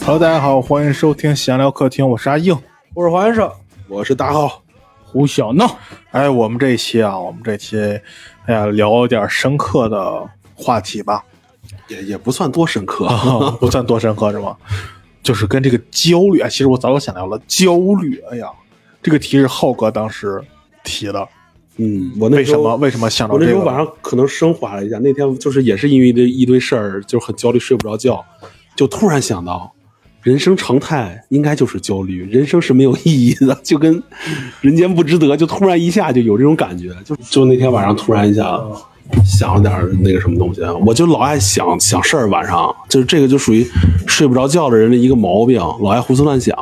Hello，大家好，欢迎收听闲聊客厅，我是阿硬，我是环生，我是大浩，胡小闹，哎，我们这一期啊，我们这期，哎呀，聊点深刻的话题吧， 也也不算多深刻，啊不算多深刻是吗？就是跟这个焦虑，哎，其实我早就想聊了焦虑。哎呀，这个题是浩哥当时提的，嗯，我那为时什候么？为什么想到我那这时个？候晚上可能升华了一下，那天就是也是因为这一堆事儿，就很焦虑，睡不着觉，就突然想到，人生常态应该就是焦虑，人生是没有意义的，就跟人间不值得，就突然一下就有这种感觉，就就那天晚上突然一下想了点儿那个什么东西，我就老爱想想事儿，晚上就是这个就属于睡不着觉的人的一个毛病，老爱胡思乱想。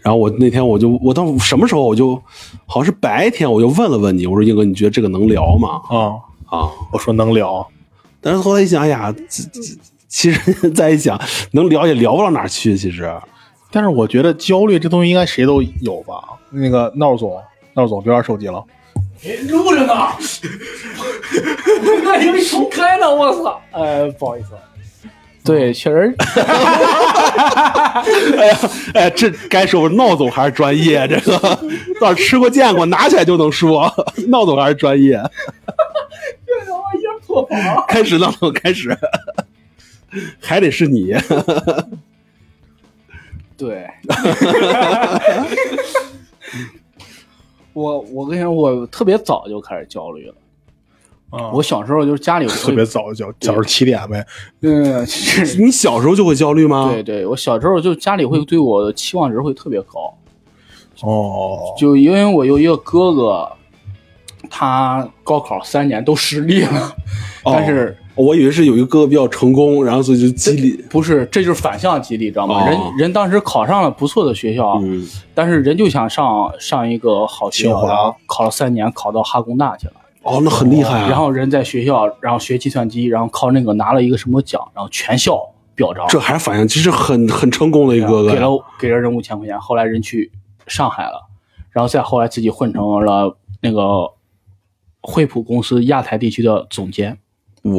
然后我那天我就我到什么时候我就好像是白天我就问了问你，我说英哥你觉得这个能聊吗？啊、啊，我说能聊，但是后来一想，哎呀，这这其实 再一想，能聊也聊不到哪儿去。其实， 但是我觉得焦虑这东西应该谁都有吧？那个闹总，闹总别玩手机了，录着呢，我以为重开呢，我操！呃，不好意思啊，对，确 实，哎呀，哎，这该说闹总还是专业，这个倒是吃过见过，拿起来就能说，闹总还是专业。这他妈一人破防。啊开始，闹总开始，还得是你。对， 我我跟你说，我特别早就开始焦虑了。啊我小时候就是家里有 特别，早就早上七点呗， 嗯，是你小时候就会焦虑啊吗？对，对，我小时候就家里会对我的期望值会特别高，哦，就因为我有一个哥哥，他高考三年都失利了，哦 但是我以为是有一个哥哥比较成功，然后所以就激励。不是，这就是反向激励，知道吗？哦人人当时考上了不错的学校，嗯，但是人就想上上一个好学清校，华然后考了三年，考到哈工大去了。哦，那很厉害啊。然后人在学校，然后学计算机，然后靠那个拿了一个什么奖，然后全校表彰，这还反应，其实很很成功的一个哥哥呀。啊给了给了人五千块钱。后来人去上海了，然后再后来自己混成了那个惠普公司亚太地区的总监，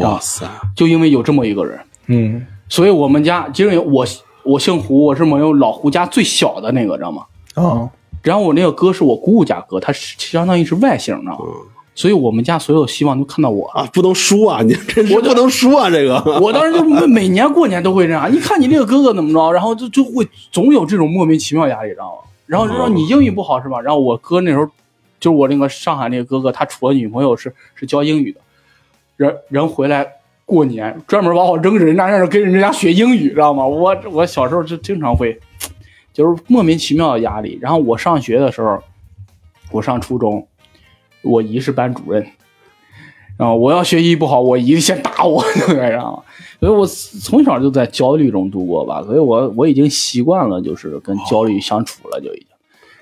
哇塞！就因为有这么一个人，嗯，所以我们家其实我我姓胡，我是蒙有老胡家最小的那个，知道吗？啊，然后我那个哥是我姑姑家哥，他是相当于是外姓，你知道吗？嗯所以我们家所有希望都看到我了。啊，不能输啊！你真是不能输啊！这个， 我当时就每每年过年都会这样，一看你这个哥哥怎么着，然后就就会总有这种莫名其妙压力，知道吗？然后就说你英语不好是吧？然后我哥那时候，就是我那个上海那个哥哥，他处了女朋友是是教英语的，人人回来过年专门把我扔人家那儿跟人家学英语，知道吗？我我小时候就经常会，就是莫名其妙的压力。然后我上学的时候，我上初中，我姨是班主任，然啊后我要学习不好，我姨先打我， 对吧？然后所以我从小就在焦虑中度过吧，所以我我已经习惯了，就是跟焦虑相处了，就已经。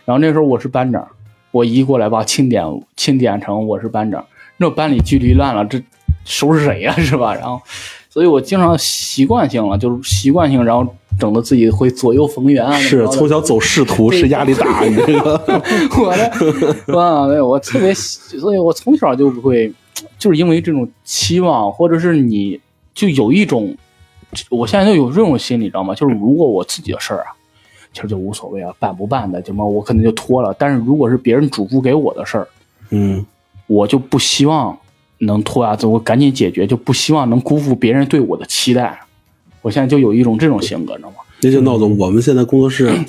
然后那时候我是班长，我姨过来吧，钦点钦点成我是班长，那班里距离乱了，这收拾谁呀、是吧？然后，所以我经常习惯性了，就是习惯性，然后整得自己会左右逢源啊。是怎么着的从小走仕途是压力大，你这个 我的，哇，对我特别喜，所以我从小就会，就是因为这种期望，或者是你就有一种，我现在就有这种心理，知道吗？就是如果我自己的事儿啊，其实就无所谓啊，办不办的，就么我可能就拖了。但是如果是别人嘱咐给我的事儿，嗯，我就不希望能拖啊，我赶紧解决，就不希望能辜负别人对我的期待。啊我现在就有一种这种性格，你知道吗？那就闹总，我们现在工作室嗯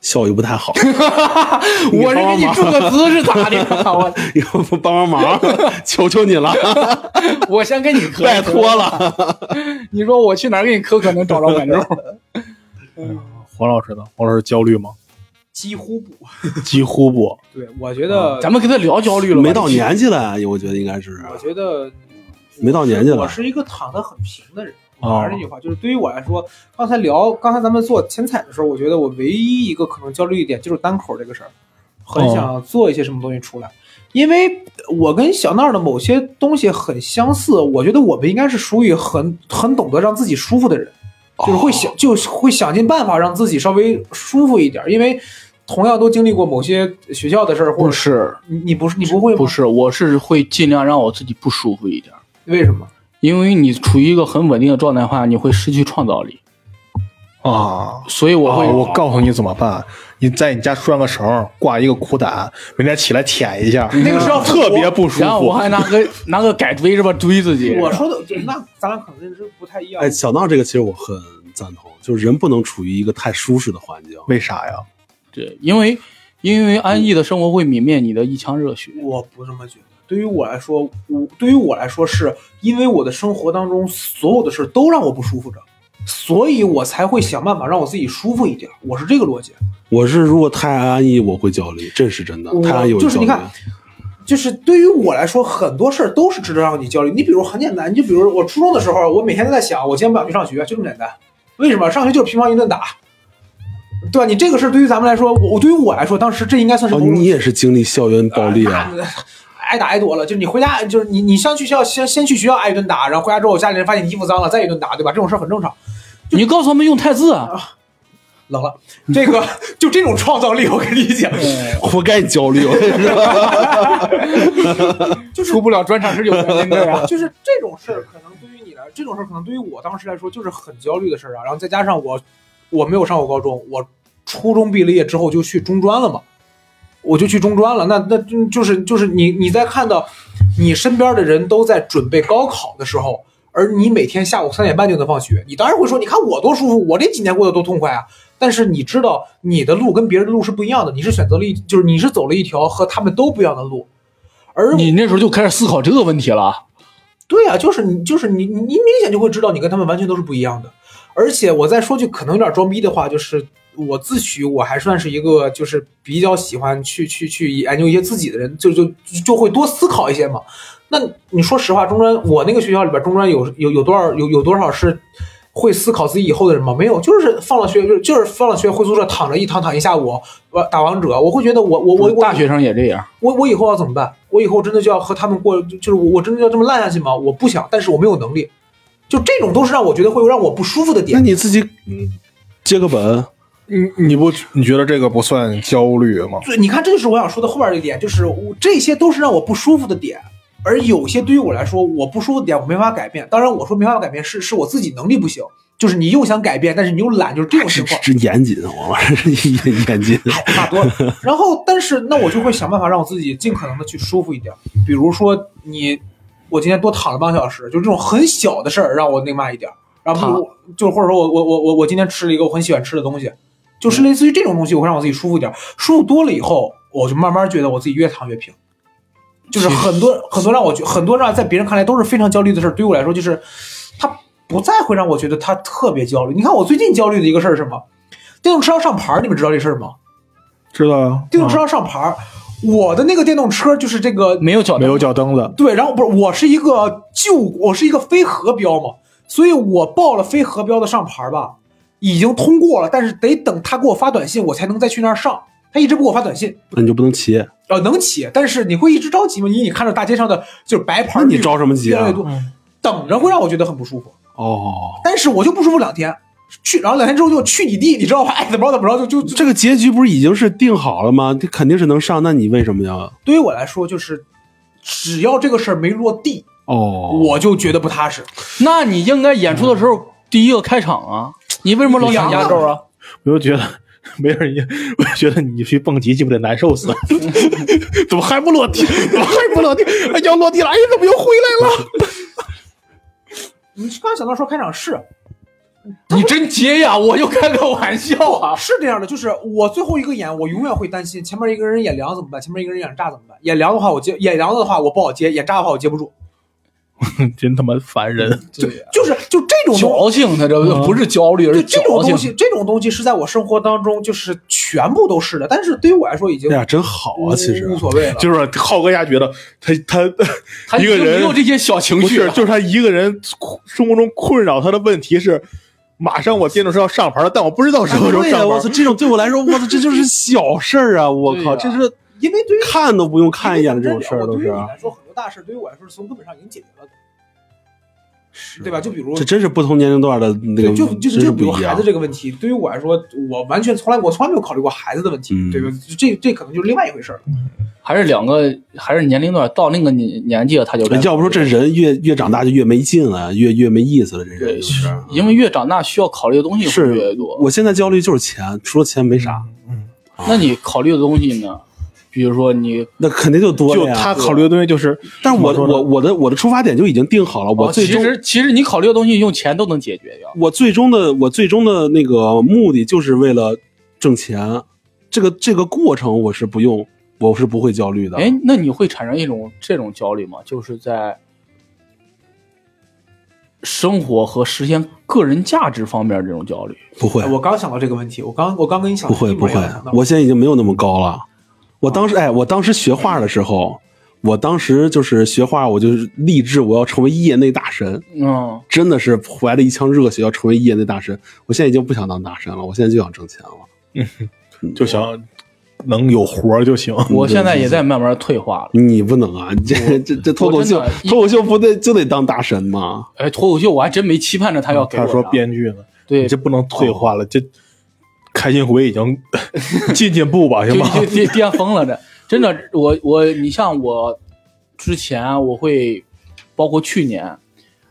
效益不太 好，我是给你注个词是咋的？我你要不帮帮忙， 求求你了，我先 给你磕， 拜托了。你说我去哪儿给你磕，可能找着感受？黄老师呢？黄老师焦虑 吗？几乎不。几乎不，对，我觉得，咱们跟他聊焦虑了吧，没到年纪了，我觉得应该是我觉得没到年纪我了。是一个躺得很平的人。哦我还是那句话，就是对于我来说，刚才聊，刚才咱们做前彩的时候，我觉得我唯一一个可能焦虑一点就是单口这个事儿，很哦想做一些什么东西出来，因为我跟小闹的某些东西很相似，我觉得我们应该是属于很很懂得让自己舒服的人。就是会想，就是会想尽办法让自己稍微舒服一点，因为同样都经历过某些学校的事儿，或不者是你你不是你不会吗不是，我是会尽量让我自己不舒服一点，为什么？因为你处于一个很稳定的状态的话，你会失去创造力。啊。所以我会、哦我告诉你怎么办，你在你家拴个绳，挂一个苦胆，每天起来舔一下，那个是要特别不舒 然后我服。还拿个拿个改锥是吧锥自己。我说的，那咱俩可能认知不太一样哎，。小闹这个其实我很赞同，就是人不能处于一个太舒适的环境。为啥呀？对，因为因为安逸的生活会泯灭你的一腔热血。我不这么觉得。对于我来说，我对于我来说，是因为我的生活当中所有的事都让我不舒服着，所以我才会想办法让我自己舒服一点。我是这个逻辑。我是如果太安逸，我会焦虑，这是真的。我太安逸我就是焦你虑。看就是对于我来说，很多事儿都是值得让你焦虑。你比如很简单，你就比如我初中的时候，我每天都在想，我今天不想去上学，就这么简单。为什么上学就是乒乓一顿打？对吧？你这个事儿对于咱们来说，我我对于我来说，当时这应该算是哦，某种你也是经历校园暴力啊？呃那挨打挨多了，就是你回家，就是你你上去学校先先去学校挨一顿打，然后回家之后家里人发现你衣服脏了再一顿打，对吧？这种事儿很正常。你告诉他们用汰字啊，冷了，这个就这种创造力，我跟你讲，活该 你焦虑，我跟你说。就是出不了专场十九年那个呀。就是这种事儿，可能对于你来，这种事儿可能对于我当时来说就是很焦虑的事儿啊。然后再加上我，我没有上过高中，我初中毕了业之后就去中专了嘛，我就去中专了。那那就就是就是你你在看到你身边的人都在准备高考的时候，而你每天下午三点半就能放学，你当然会说，你看我多舒服，我这几年过得多痛快啊。但是你知道你的路跟别人的路是不一样的，你是选择了一，就是你是走了一条和他们都不一样的路，而你那时候就开始思考这个问题了。对啊，就是你，就是你，你你明显就会知道你跟他们完全都是不一样的。而且我再说句可能有点装逼的话，就是我自诩我还算是一个就是比较喜欢去去去研究一些自己的人，就就就就会多思考一些嘛。那你说实话，中专我那个学校里边，中专有有有多少有有多少是会思考自己以后的人吗？没有，就是放了学就就是放了学回宿舍躺着一躺躺一下午，我打王者，我会觉得我我我我大学生也这样，我我以后要怎么办？我以后真的就要和他们过，就就是我我真的要这么烂下去吗？我不想，但是我没有能力，就这种都是让我觉得会让我不舒服的那点。你自己嗯接个本，你你不你觉得这个不算焦虑吗？对，你看，这就是我想说的后边这一点，就是我这些都是让我不舒服的点，而有些对于我来说，我不舒服的点我没法改变。当然，我说没法改变是是我自己能力不行，就是你又想改变，但是你又懒，就是这种情况。这严谨，啊我这严谨。差不多了。然后，但是那我就会想办法让我自己尽可能的去舒服一点，比如说你，我今天多躺了半个小时，就这种很小的事儿让我那嘛一点儿。然后比如就或者说我我我我我今天吃了一个我很喜欢吃的东西，就是类似于这种东西，我会让我自己舒服一点儿。舒服多了以后，我就慢慢觉得我自己越躺越平。就是很多很多让我觉很多让在别人看来都是非常焦虑的事儿，对于我来说就是，它不再会让我觉得它特别焦虑。你看我最近焦虑的一个事儿是什么？电动车要上牌儿，你们知道这事儿吗？知道啊呀，电动车要上牌儿，我的那个电动车就是这个没有脚没有脚蹬子，对，然后不是我是一个旧，我是一个非核标嘛，所以我报了非核标的上牌儿吧，已经通过了，但是得等他给我发短信，我才能再去那儿上。他一直不给我发短信，那你就不能骑？呃，能骑，但是你会一直着急吗？你你看着大街上的就是白牌那儿，你着什么急越来啊越？多，等着会让我觉得很不舒服。哦，但是我就不舒服两天，去，然后两天之后就去你弟，你知道吧？爱怎么着怎么着，就就就这个结局不是已经是定好了吗？这肯定是能上，那你为什么要？对于我来说就是，只要这个事儿没落地，哦，我就觉得不踏实。那你应该演出的时候第一个开场啊，你为什么老想压轴啊？我就觉得。没人家，我就觉得你去蹦极，鸡巴得难受死 了。怎么还不落地？怎么还不落地？哎，要落地了！哎，怎么又回来了？你刚想到说开场是你真接呀！我就开个玩笑啊。是这样的，就是我最后一个演，我永远会担心前面一个人演梁怎么办，前面一个人演炸怎么办？演梁的话我接，演梁的话我不好接，演炸的话我接不住。 真他妈烦人！对，就是就这种东矫情，他这不是焦虑，而就是嗯这种矫东情。西，这种东西是在我生活当中就是全部都是的，但是对于我来说已经哎呀，真好无啊！其实无所谓了。就是浩哥家觉得他他他已一个经人没有这些小情不绪是，了。就是他一个人困生活中困扰他的问题是，马上我电动车要上牌了，但我不知道什么时候啊对上呀，牌。我操，这种对我来说，我操，这就是小事儿啊！我靠，对这呀是因为对于看都不用看一眼的这种事儿我都对于是啊你。来说很多大事，对于我来说是从根本上已经解决了的，对吧？就比如这真是不同年龄段的那对，个，就就是真就是比如不一孩样子。这个问题，对于我来说，我完全从来我从来没有考虑过孩子的问题，嗯对吧？这这可能就是另外一回事儿了。还是两个，还是年龄段到那个年年纪了，他就该要不说这人越越长大就越没劲了，越越没意思了，这人就是。啊因为越长大需要考虑的东西会越是多。我现在焦虑就是钱，除了钱没嗯啥，那你考虑的东西呢？比如说你那肯定就多就了呀。他考虑的东西就是，但是我怎么说呢我我的我的出发点就已经定好了，我哦最其终、实其实你考虑的东西用钱都能解决掉。我最终的我最终的那个目的就是为了挣钱，这个这个过程我是不用，我是不会焦虑的。哎，那你会产生一种这种焦虑吗？就是在生活和实现个人价值方面这种焦虑。不会哎我刚想到这个问题，我刚我刚跟你想不会一不模一会样的，我现在已经没有那么高了。我当哦时哎，我当时学画的时候，我当时就是学画，我就是立志我要成为业内大神，嗯，真的是怀了一腔热血要成为业内大神。我现在已经不想当大神了，我现在就想挣钱了。就想能有活儿就行。我现在也在慢慢退化了。你不能啊！你这这这脱口秀我真的，脱口秀不得就得当大神吗？哎，脱口秀我还真没期盼着他要给我哦他啥。说编剧呢，对你这不能退化了，这开心回已 经进进步吧，行就吗？就 巅巅峰了这。真的，我我你像我之前啊我会，包括去年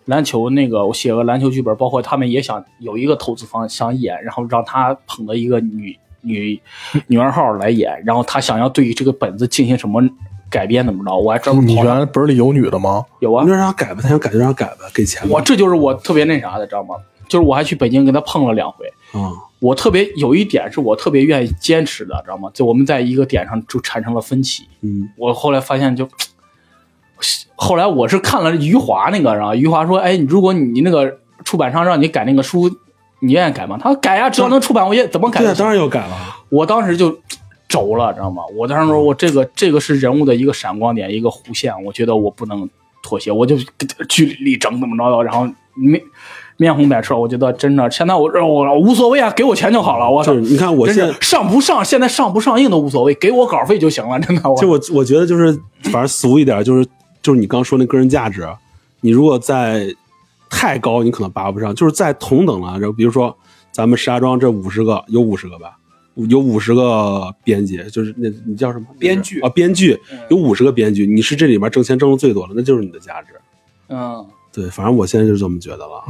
篮球那个，我写个篮球剧本，包括他们也想有一个投资方想演，然后让他捧着一个女女女二号来演，然后他想要对于这个本子进行什么改编怎么着，我还专门你跑原上来本里有女的吗？有啊你，说让他改吧，他想改就让他改吧，给钱吧。我这就是我特别那啥的，知道吗？就是我还去北京跟他碰了两回，啊，我特别有一点是我特别愿意坚持的，知道吗？就我们在一个点上就产生了分歧，嗯，我后来发现就，后来我是看了余华那个，然后余华说：“哎，如果你那个出版商让你改那个书，你愿意改吗？”他说：“改呀、只要能出版，我也怎么改对都啊，行。当然要改了。我当时就轴了，知道吗？我当时说我这个这个是人物的一个闪光点，一个弧线，我觉得我不能妥协，我就据理力争，怎么着的，然后面面红百赤，我觉得真的现在我我无所谓啊，给我钱就好了，我操就是你看我真现在是上不上，现在上不上映都无所谓，给我稿费就行了，真的。我就我我觉得就是，反正俗一点，就是就是你刚说那个人价值，你如果在太高，你可能拔不上；就是在同等了，然后比如说咱们石家庄这五十个有五十个吧，有五十个编辑，就是那你叫什么编剧啊？编剧嗯有五十个编剧，你是这里面挣钱挣的最多的，那就是你的价值。嗯。对，反正我现在就是这么觉得了，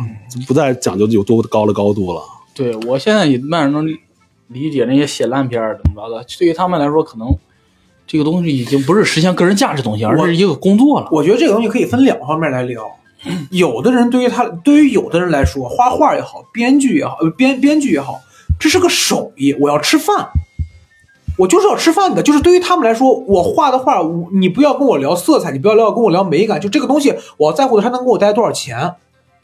不再讲究有多高的高度了。对我现在也慢慢能理解那些写烂片儿怎么着的，对于他们来说，可能这个东西已经不是实现个人价值的东西，而是一个工作了。我觉得这个东西可以分两方面来聊。有的人对于他，对于有的人来说，画画也好，编剧也好，呃，编编剧也好，这是个手艺，我要吃饭，我就是要吃饭的。就是对于他们来说，我画的画，我你不要跟我聊色彩，你不要聊跟我聊美感，就这个东西，我要在乎的是他能给我带来多少钱。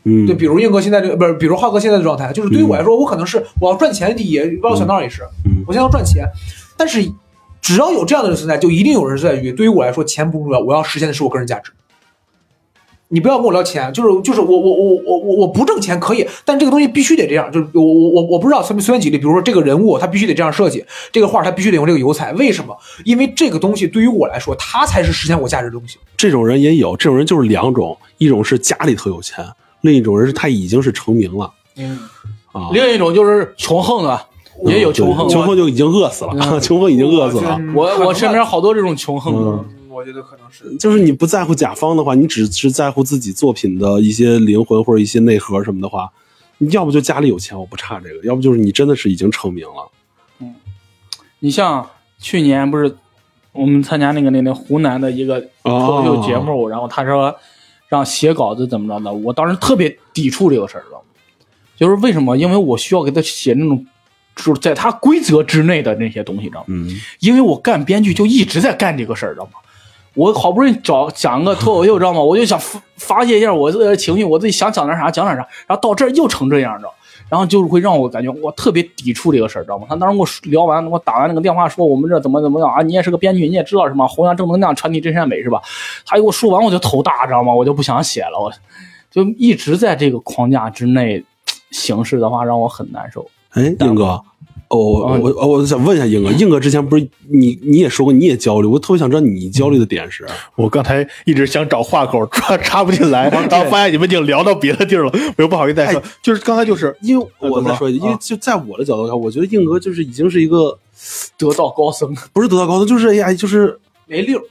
嗯，对，比如硬哥现在这个不是，比如浩哥现在的状态，就是对于我来说，我可能是我要赚钱第一，包括小闹也是，嗯我现在要赚钱，但是只要有这样的人存在，就一定有人在于，对于我来说，钱不重要，我要实现的是我个人价值。你不要跟我聊钱，就是就是我我我我我我不挣钱可以，但这个东西必须得这样，就是我我我我不知道随便随便举例，比如说这个人物他必须得这样设计，这个画他必须得用这个油彩，为什么？因为这个东西对于我来说，它才是实现我价值的东西。这种人也有，这种人就是两种，一种是家里特有钱，另一种人是他已经是成名了嗯，啊，另一种就是穷横的，也有穷哦嗯横啊对穷横就已经饿死了，穷横已经饿死了。我我身边好多这种穷横的，嗯我觉得可能是就是你不在乎甲方的话，你只是在乎自己作品的一些灵魂或者一些内核什么的话，你要不就家里有钱，我不差这个；要不就是你真的是已经成名了。你像去年不是我们参加那个那那湖南的一个脱口秀节目，然后他说让写稿子怎么着的，我当时特别抵触这个事儿，知道吗？就是为什么？因为我需要给他写那种就是在他规则之内的那些东西，知道吗？嗯，因为我干编剧就一直在干这个事儿，知道吗？我好不容易找讲个脱口秀，知道吗？我就想发发泄一下我的情绪，我自己想讲点啥讲点啥，然后到这儿又成这样，知道吗？然后就会让我感觉我特别抵触这个事儿，知道吗？他当时跟我聊完，我打完那个电话说我们这怎么怎么样啊？你也是个编剧，你也知道什么弘扬正能量，传递真善美是吧？他给我说完我就头大，知道吗？我就不想写了，我就一直在这个框架之内行事的话，让我很难受。哎，硬哥，哦，我嗯我哦我想问一下硬哥，硬哥之前不是你你也说过你也焦虑，我特别想知道你焦虑的点是。我刚才一直想找话口，插插不进来，然后发现你们已经聊到别的地儿了，我又不好意思哎再说。就是刚才就是因为呃我怎么再了说一句，因为啊就在我的角度看，我觉得硬哥就是已经是一个得道高僧，不是得道高僧，就是哎呀，就是没溜儿。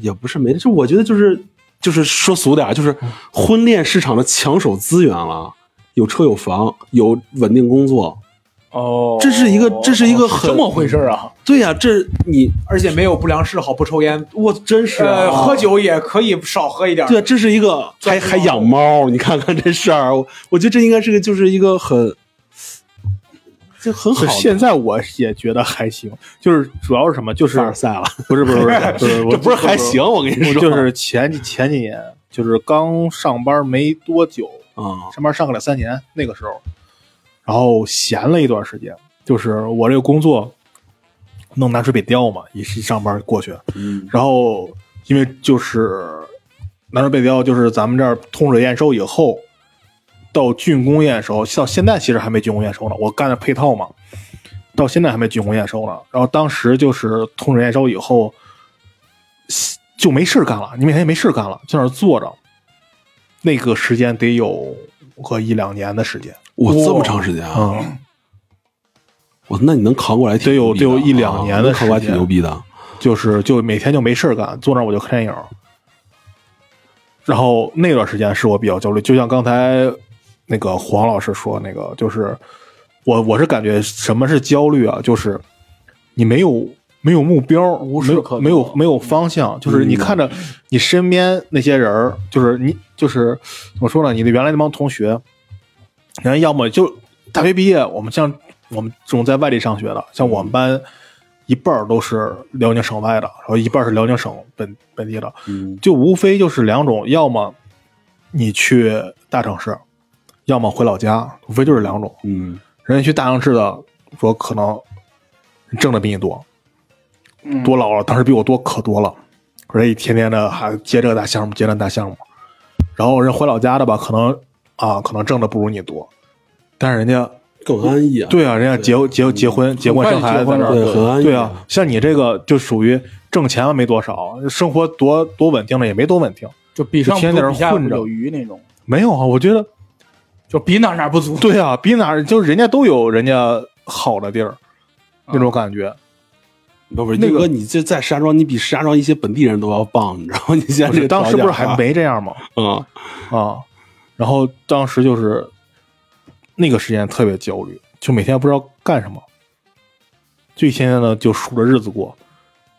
也不是没，就我觉得就是就是说俗点儿，啊就是婚恋市场的抢手资源了。有车有房，有稳定工作，哦，这是一个这是一个很怎么回事啊？对呀、这你而且没有不良嗜好，不抽烟，我真是、啊呃，喝酒也可以少喝一点。对啊，这是一个还还养猫，你看看这事儿，我我觉得这应该是个就是一个很就很好就的现在我也觉得还行，就是主要是什么，就是凡尔赛了，不是不是不是不是，我 这不是还行，，我跟你我说，就是嗯前前几年，就是刚上班没多久，啊上班上个两三年那个时候，然后闲了一段时间，就是我这个工作弄南水北调嘛，一一上班过去，嗯然后因为就是南水北调，就是咱们这儿通水验收以后，到竣工验收，像现在其实还没竣工验收呢，我干的配套嘛，到现在还没竣工验收呢。然后当时就是通水验收以后，就没事干了，你每天也没事干了，在那儿坐着，那个时间得有个一两年的时间，我这么长时间啊，嗯，我那你能扛过来挺得有牛逼的啊，得有一两年的能扛过来时挺间牛逼的，就是就每天就没事儿干，坐那儿我就看电影儿。然后那段时间是我比较焦虑，就像刚才那个黄老师说，那个就是我我是感觉什么是焦虑啊？就是你没有没有目标，无事没有可做没有没有方向，就是你看着你身边那些人儿，就是你就是怎么说呢？你的原来那帮同学，然后要么就大学毕业，我们像我们这种在外地上学的，像我们班一半儿都是辽宁省外的，然后一半儿是辽宁省本本地的，嗯就无非就是两种，要么你去大城市，要么回老家，无非就是两种。嗯，人家去大城市的，说可能挣的比你多，嗯多老了，当时比我多可多了，人家一天天的还接这个大项目，接那大项目，然后人回老家的吧，可能啊，可能挣的不如你多，但是人家更安逸啊，对啊，人家结结结婚结婚快生就孩子结婚在这了儿对，很安逸，对啊，，像你这个就属于挣钱没多少，生活多多稳定的也没多稳定。就比上就天天在不那足比下混着有余那种，没有啊，我觉得就比哪哪不足。对啊，比哪儿就是人家都有人家好的地儿，那种感觉。不不是，那英个哥，你这在石家庄，你比石家庄一些本地人都要棒，你知道吗？你现在不这个是当时条不是件啊还没这样吗？嗯 啊，然后当时就是那个时间特别焦虑，就每天不知道干什么，就一天天的就数着日子过，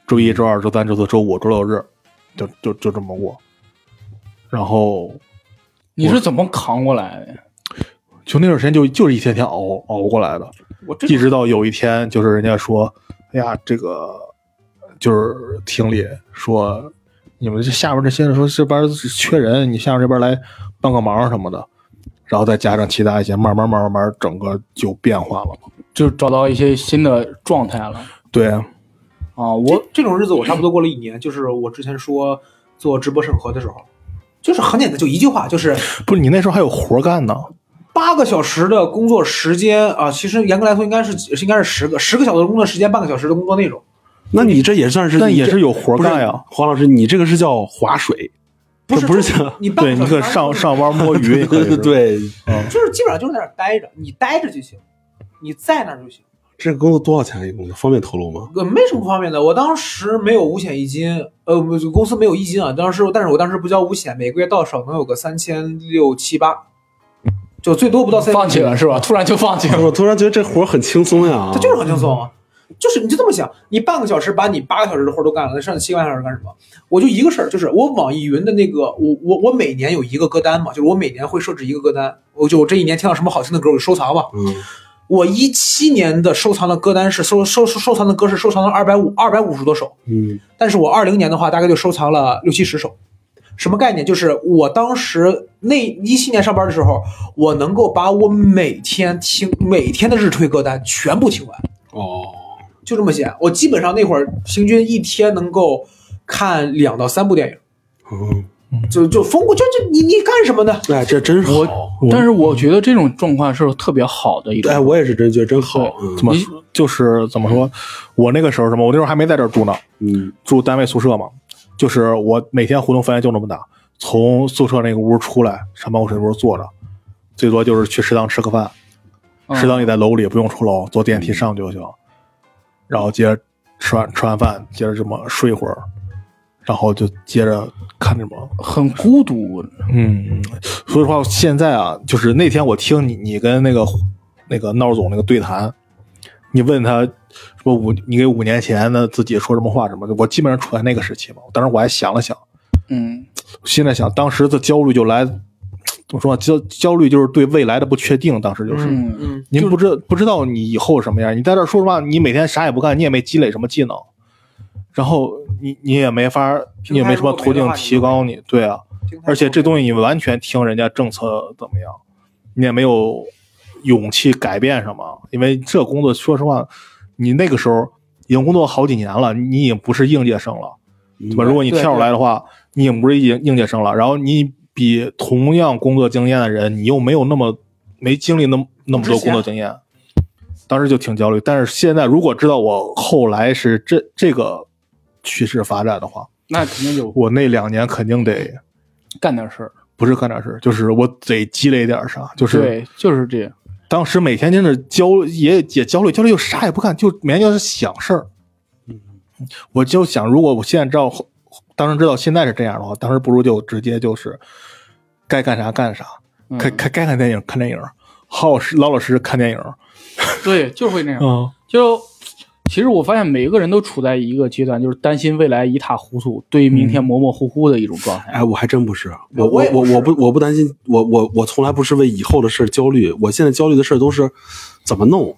周一、周二、周三、周四、周五、周六日，就就就这么过，然后你是怎么扛过来的？就那段时间就就是一天天熬熬过来的，我这一直到有一天，就是人家说，哎呀，这个就是厅里说，你们这下面这些人说这边是缺人，你下面这边来帮个忙什么的，然后再加上其他一些，慢慢慢慢慢慢整个就变化了嘛。就找到一些新的状态了对，啊！我我这种日子我差不多过了一年，就是我之前说做直播审核的时候，就是很简单，就一句话，就是不是你那时候还有活干呢，八个小时的工作时间啊、其实严格来说应该是应该是十个十个小时的工作时间，半个小时的工作内容。那你这也算是，但你也这是有活啊不是干呀。黄老师，你这个是叫划水，不是这不是就叫，你半对，个小时当你可然上就是上班摸鱼，你可以是 对，就是基本上就是在那儿待着，你待着就行，你在那儿就行，这个工作多少钱一个工作？方便透露吗？ 呃，没什么不方便的。我当时没有五险一金，呃，不是公司没有一金啊，当时但是我当时不交五险，每个月到手能有个三千六七八，就最多不到三千。放弃了是吧？突然就放弃了。我突然觉得这活儿很轻松呀， 它就是很轻松啊。就是你就这么想，你半个小时把你八个小时的活儿都干了，那剩下七个半小时干什么？我就一个事儿，就是我网易云的那个，我我我每年有一个歌单嘛，就是我每年会设置一个歌单，我就我这一年听到什么好听的歌我就收藏嘛。嗯，我一七年的收藏的歌单是收收收收藏的歌是收藏了二百五二百五十多首，嗯但是我二零年的话大概就收藏了六七十首。什么概念？就是我当时那一七年上班的时候，我能够把我每天听每天的日推歌单全部听完。哦，就这么闲。我基本上那会儿平均一天能够看两到三部电影，嗯，就就疯过，就就你你干什么呢？哎，这真好，但是我觉得这种状况是特别好的一种哎，，我也是真觉得真好，嗯怎么说就是怎么说，我那个时候什么，我那时候还没在这儿住呢，嗯住单位宿舍嘛，就是我每天活动范围就那么大，从宿舍那个屋出来，上办公室那屋坐着，最多就是去食堂吃个饭，嗯食堂也在楼里，不用出楼，坐电梯上就行，然后接着吃完吃完饭，接着这么睡一会儿，然后就接着看着忙。很孤独。嗯，所以说现在啊，就是那天我听你你跟那个那个闹总那个对谈，你问他说五你给五年前的自己说什么话什么的，我基本上处在那个时期嘛。当时我还想了想，嗯，现在想当时的焦虑就来怎么说啊焦焦虑就是对未来的不确定，当时就是。嗯嗯，您不知不知道你以后什么样？你在这儿说实话，你每天啥也不干，你也没积累什么技能，然后你你也没法，你也没什么途径提高你。对啊，而且这东西你完全听人家政策怎么样，你也没有勇气改变什么，因为这工作说实话，你那个时候已经工作好几年了，你已经不是应届生了，对嗯吧？如果你跳出来的话，你已经不是应应届生了，然后你比同样工作经验的人，你又没有那么没经历那么那么多工作经验，当时就挺焦虑。但是现在如果知道我后来是这这个趋势发展的话，那肯定就我那两年肯定得。干点事儿。不是干点事儿，就是我得积累点啥。就是对，就是这样。当时每天真是焦也也焦虑，焦虑就啥也不干，就每天就是想事儿。我就想，如果我现在知道后，当时知道现在是这样的话，当时不如就直接就是该干啥干啥，嗯该该该看电影看电影，好实老老实实看电影。对，就是会那样。嗯就其实我发现每个人都处在一个阶段，就是担心未来一塌糊涂，对于明嗯天模模糊糊的一种状态。哎，我还真不是，我我我也不我是我不我不担心，我我我从来不是为以后的事儿焦虑，我现在焦虑的事儿都是怎么弄。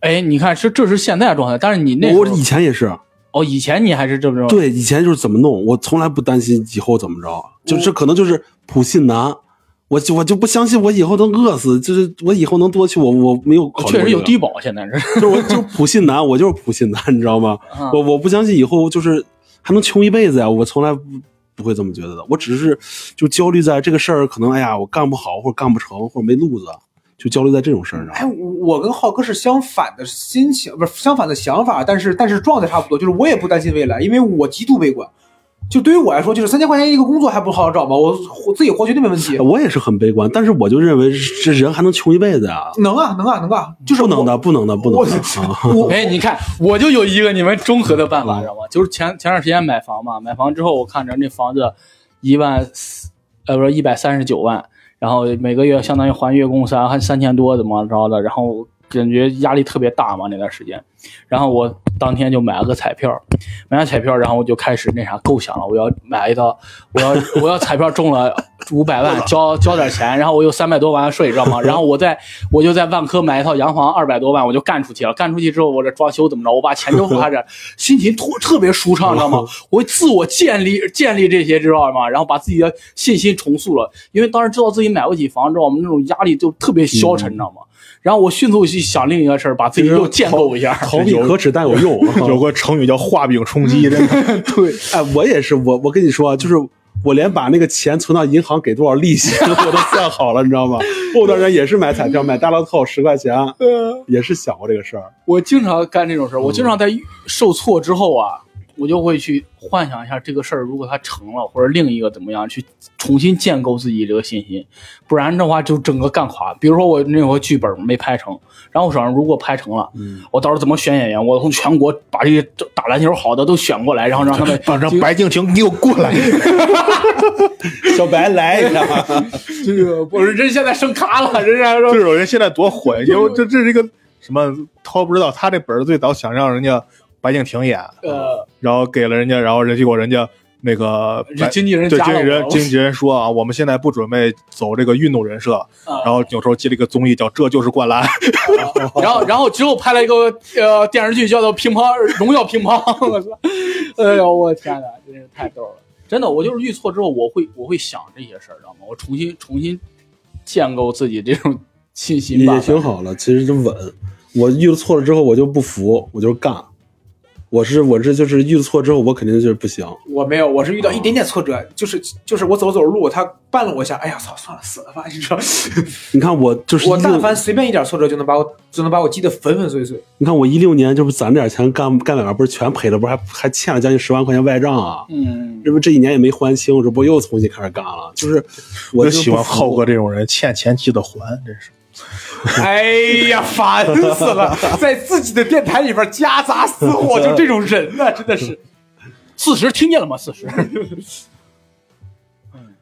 哎，你看，这这是现在的状态，但是你那时我候以前也是，哦，以前你还是这么着，对，以前就是怎么弄，我从来不担心以后怎么着，就这可能就是普信男，我就我就不相信我以后能饿死，就是我以后能多去，我我没有考虑过这确个，实有低保，现在就是。是我就是普信 男，我就是普信男，你知道吗？嗯我我不相信以后就是还能穷一辈子呀，我从来不不会这么觉得的。我只是就焦虑在这个事儿，可能哎呀，我干不好或者干不成或者没路子，就焦虑在这种事儿上。哎，我我跟浩哥是相反的心情，不是相反的想法，但是但是状态差不多，就是我也不担心未来，因为我极度悲观。就对于我来说，就是三千块钱一个工作还不好好找吗？我我自己活绝对没问题。我也是很悲观，但是我就认为这人还能穷一辈子啊，能啊，能啊，能啊，就是不能的，我。不能的，不能我的啊！我 哎，你看，我就有一个你们中和的办法，知道吗？就是前前段时间买房嘛，买房之后我看着那房子一万四，呃，不是一百三十九万，然后每个月相当于还月供三还三千多怎么着的，然后感觉压力特别大嘛那段时间，然后我当天就买了个彩票，买了彩票，然后我就开始那啥构想了，我要买一套，我要 我要彩票中了五百万，交交点钱，然后我有三百多万的税，知道吗？然后我在我就在万科买一套洋房，二百多万，我就干出去了。干出去之后，我这装修怎么着？我把钱都花着，心情特特别舒畅，知道吗？我自我建立建立这些，知道吗？然后把自己的信心重塑了，因为当时知道自己买不起房，知道我们那种压力就特别消沉，你知道吗？然后我迅速去想另一个事儿，把自己又建构一下。逃避 可耻但有用。有个成语叫“画饼充饥”，真嗯 的对，哎，我也是，我我跟你说啊，就是我连把那个钱存到银行给多少利息 我都算好了，你知道吗？后段时间也是买彩票，买大乐透十块钱，嗯也是想过这个事儿。我经常干这种事儿，我经常在受挫之后啊，我就会去幻想一下这个事儿，如果它成了，或者另一个怎么样，去重新建构自己这个信心，不然的话就整个干垮。比如说我那回剧本没拍成，然后我手上如果拍成了，嗯我到时候怎么选演员？我从全国把这些打篮球好的都选过来，然后让他们反正白敬亭，你给我过来！小白来一下， 这个不是，这现在升咖了，人家 说这种人现在多火 呀！因为这这是一个什么？涛不知道，他这本儿最早想让人家白敬亭演，呃，然后给了人家，然后人结果人家那个这经纪人对加经纪了人我经纪人说啊，我们现在不准备走这个运动人设，啊然后有时候接了一个综艺叫《这就是灌篮》， 然后，然后之后拍了一个呃电视剧，叫做《乒乓荣耀乒乓》，我操！哎呦，我天哪，真是太逗了！真的，我就是遇错之后，我会我会想这些事儿，知道吗？我重新重新建构自己这种信心吧也。挺好了，其实就稳。我遇错了之后，我就不服，我就是干。我是我这就是遇错之后，我肯定就是不行。我没有，我是遇到啊一点点挫折，就是就是我走着走着路，他绊了我一下，哎呀操，算了，死了吧，你知 道，你看我就是我16但凡随便一点挫折就能把我就能把我击得粉粉碎 碎。你看我一六年这不攒点钱干干买卖，不是全赔了，不是还还欠了将近十万块钱外账啊？嗯，这不这一年也没还清，这不又重新开始干了？就是我我就喜欢浩哥。哥这种人，欠钱记得还，真是。 哎呀，烦死了，在自己的电台里边夹杂私货，就这种人呐、真的是。四十听见了吗？四十，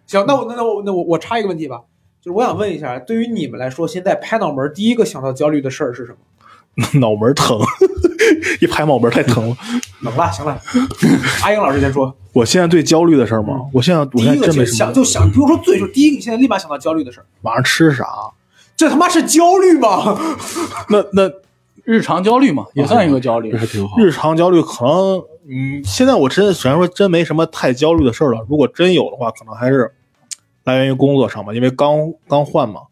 行，那我那那我那我我插一个问题吧，就是我想问一下，对于你们来说，现在拍脑门儿第一个想到焦虑的事儿是什么？脑门儿疼， 一拍脑门儿太疼了。冷了，行了，阿英老师先说，我现在最焦虑的事儿嘛，嗯我现在我第现一在个真没就什想么。就想，不用说最，就是第一个，你现在立马想到焦虑的事儿，晚上吃啥？这他妈是焦虑吗？ 那那日常焦虑嘛，也算一个焦虑这。还挺好。日常焦虑可能，嗯，现在我真虽然说真没什么太焦虑的事儿了，如果真有的话，可能还是来源于工作上吧，因为刚刚换嘛，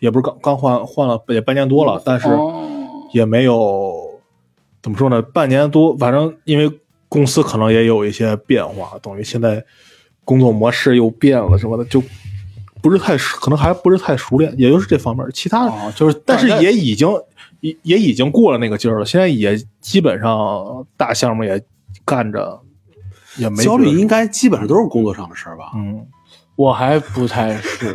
也不是刚刚换换了也半年多了，但是嗯哦，也没有怎么说呢，半年多，反正因为公司可能也有一些变化，等于现在工作模式又变了什么的，就不是太熟可能还不是太熟练，也就是这方面，其他、哦就是，但是也已经也也已经过了那个劲儿了，现在也基本上大项目也干着，也没焦觉虑得应该基本上都是工作上的事儿吧？嗯，我还不太是，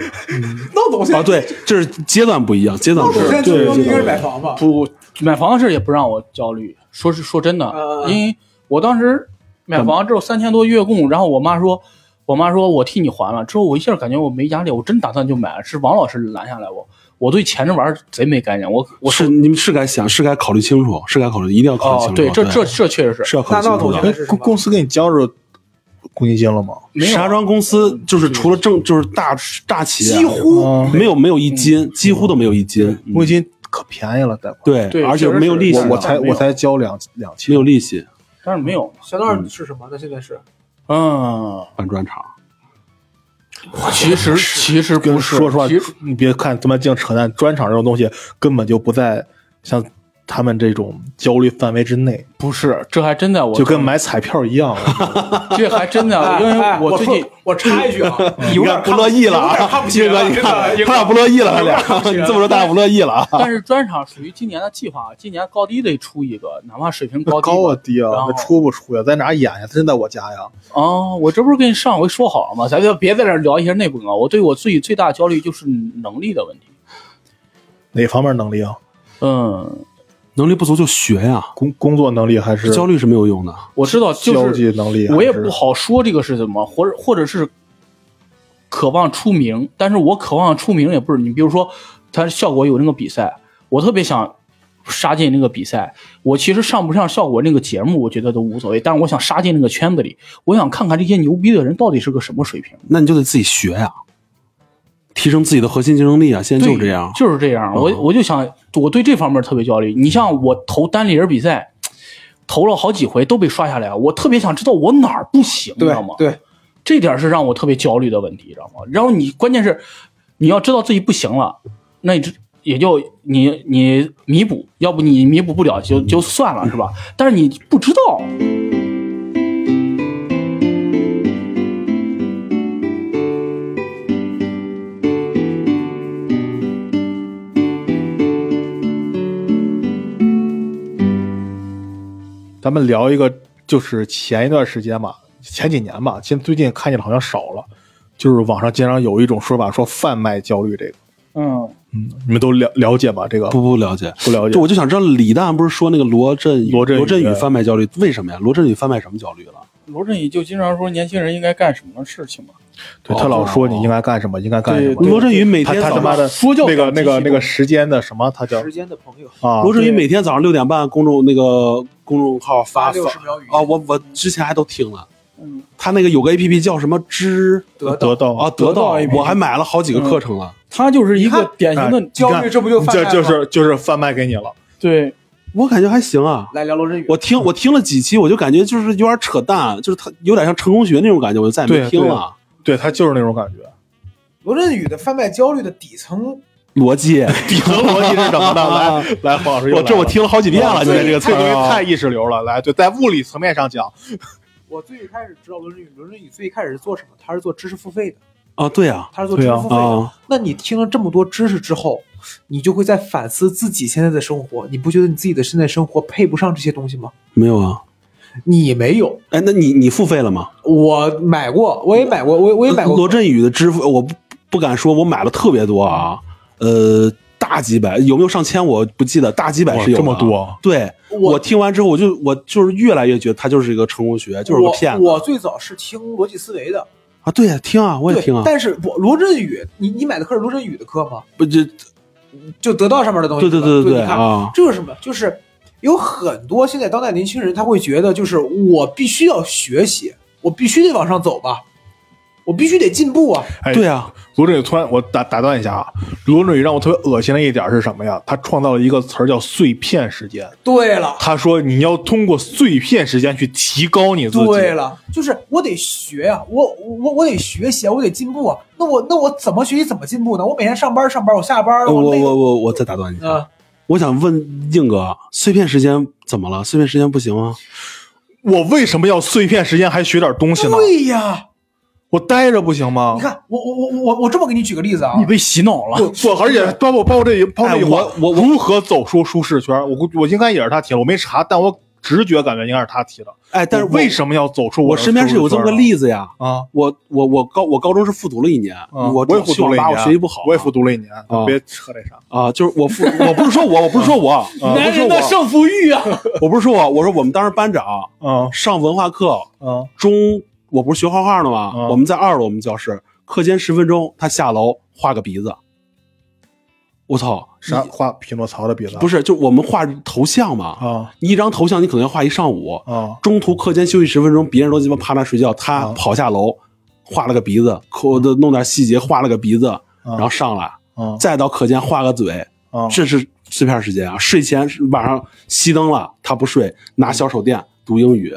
闹总现啊，对，就是阶段不一样，阶段闹不总一现样在就对是对一个人对买房吧，不买房的事也不让我焦虑。说是说真的嗯，因为我当时买房之后三千多月供，然后我妈说，我妈说我替你还了。之后我一下感觉我没压力，我真打算就买了。是王老师拦下来我，我对钱这玩意儿贼没概念。我我是你们是该想，是该考虑清楚，是该考虑，一定要考虑清哦楚。，对，这这这确实是是要考虑那清那楚我觉的得。哎，公公司给你交着公积金了吗？没有石家庄公司就是除了正就是大大企业，几乎啊，没有没有一金，几乎都没有一金。嗯公积金可便宜了，贷款。对对，而且确实没有是利息我的，我才没有我才交两两千没，有利息但是没有。小道是什么？那现在啊是嗯，办专场。其实其实跟不是，说实话其实，你别看他妈净扯淡，专场这种东西根本就不在像他们这种焦虑范围之内，不是，这还真在我就跟买彩票一样。 这还真在我，因为 哎我最近嗯说我插一句啊，有你点看不乐意有了点看啊，不起岳人哥，了你看真的他俩不乐意了，他有点看不起俩你人这么说，大家不乐意了啊。但是专场属于今年的计划，今年高低得出一个，哪怕水平高低吧。高啊低啊然，后那出不出呀？在哪演呀？真在我家呀？啊，我这不是跟你上回说好了吗？咱就别在这儿聊一些内部梗啊。我对我自己最大焦虑就是能力的问题。哪方面能力啊？嗯，能力不足就学呀，工工作能力还是焦虑是没有用的。我知道，就交是际能力还是？我也不好说这个是怎么，或者或者是渴望出名，但是我渴望出名也不是你，比如说，它效果有那个比赛，我特别想杀进那个比赛，我其实上不上效果那个节目，我觉得都无所谓，但是我想杀进那个圈子里，我想看看这些牛逼的人到底是个什么水平。那你就得自己学呀，提升自己的核心竞争力啊。现在对就这样，嗯就是这样。我我就想，我对这方面特别焦虑。你像我投单立人比赛，投了好几回都被刷下来，我特别想知道我哪儿不行，你知道吗？对对，这点是让我特别焦虑的问题，知道吗？然后你关键是你要知道自己不行了，那你这也就你你弥补，要不你弥补不了就就算了，是吧？但是你不知道，咱们聊一个，就是前一段时间吧，前几年吧，现最近看见的好像少了，就是网上经常有一种说法说贩卖焦虑这个，嗯，嗯，你们都了了解吧？这个不不了解。不了解就。我就想知道，李诞不是说那个罗振宇罗振宇啊罗振宇贩卖焦虑，为什么呀？罗振宇贩卖什么焦虑了？罗振宇就经常说年轻人应该干什么事情嘛，对他老说你应该干什么，应该干什么。罗振宇每他天他早他妈上，的说教那个感那个极其那个时间的什么，他叫时间的朋友，啊，罗振宇每天早上六点半公众那个公众号发发60秒语音啊，我我之前还都听了。嗯，他那个有个 A P P 叫什么知得哦得到到啊得到得到 APP，我还买了好几嗯个课程了。他就是一你个看典型哎的焦虑，这不就你犯这太就吗是就是贩卖给你了。对。我感觉还行啊。来聊罗振宇，我听我听了几期，我就感觉就是有点扯淡，就是他有点像成功学那种感觉，我就再也对没听对了。对他就是那种感觉。罗振宇的贩卖焦虑的底层，逻辑，底层逻辑是什 么呢？来来，黄老师又啊我来这我了哦听了好几遍了，现在这个词太儿啊太意识流了。来，对，在物理层面上讲，我最开始知道罗振宇，罗振宇最开始是做什么？他是做知识付费的，啊，对啊，他是做知识付费的。啊，那你听了这么多知识之后，你就会在反思自己现在的生活，你不觉得你自己的现在生活配不上这些东西吗？没有啊，你没有，哎，那你你付费了吗？我买过，我也买过，我也我也买过罗振宇的支付，我不不敢说，我买了特别多啊，呃，大大几百，有没有上千我不记得，大几百嗯哇是有这么的啊多。对我我听完之后，我就我就是越来越觉得他就是一个成功学，就是个骗子我。我最早是听逻辑思维的，啊！对呀，听啊，我也对，听啊，但是我罗振宇，你你买的课是罗振宇的课吗？不就就得到上面的东西对吧。对对对对你看啊，这就是什么？就是有很多现在当代年轻人，他会觉得就是我必须要学习，我必须得往上走吧，我必须得进步啊。哎，对啊，罗振宇突然，我打打断一下啊，罗振宇让我特别恶心的一点是什么呀？他创造了一个词儿叫“碎片时间对”。了，他说你要通过碎片时间去提高你自己。对了，就是我得学呀、我我我得学习啊，我得进步啊。那我那我怎么学习怎么进步呢？我每天上班上班，我下班呃我累我了我我再打断你，啊。我想问硬哥，碎片时间怎么了？碎片时间不行吗？我为什么要碎片时间还学点东西呢？对呀，我待着不行吗你？看我我我我我这么给你举个例子啊，你被洗脑了。不，不而且包括包括这一包括这一哎话我我如何走出舒适圈？我估我应该也是他提的，我没查，但我直觉感觉应该是他提的。哎，但是我为么什么要走出我的身边是有这么舒个适圈呢例子呀？啊？我我我高我高中是复读了一年，啊我我也复去读了网一吧，年，我学习不好，我也复读了一年，啊别扯那啥。啊，就是我复，我不是说我，我不是说我，啊我不男是说人的我，胜负欲啊！我不是说我，我说我们当时班长嗯上文化课嗯中，我不是学画画的吗？嗯我们在二楼我们教室，课间十分钟，他下楼画个鼻子，我操，啥画匹诺曹的鼻子？不是是，就我们画头像嘛，啊你一张头像你可能要画一上午，啊中途课间休息十分钟，别人都鸡巴趴那睡觉，他啊跑下楼画了个鼻子，抠的弄点细节画了个鼻子，然后上来，啊再到课间画个嘴，啊！这是碎片时间啊！睡前晚上熄灯了，他不睡，拿小手电读英语，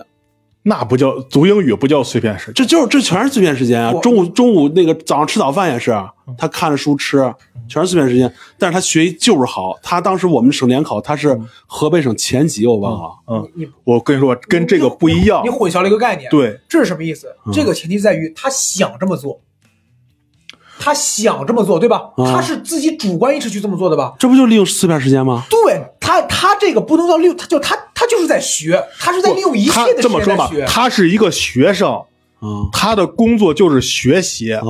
那不叫读英语，不叫碎片时间。这就是这全是碎片时间啊！我中午中午那个早上吃早饭也是，嗯他看着书吃，全是碎片时间。但是他学习就是好，他当时我们省联考，他是河北省前几，我忘了。嗯，你我跟你说，跟这个不一样你。混淆了一个概念。，对，这是什么意思？嗯这个前提在于他想这么做，他想这么做，对吧？嗯他是自己主观意识去这么做的吧？这不就利用碎片时间吗？对他，他这个不能叫利用，他就他他就是在学，他是在利用一他切的时这么间说在吧，学。他是一个学生，啊他的工作就是学习。啊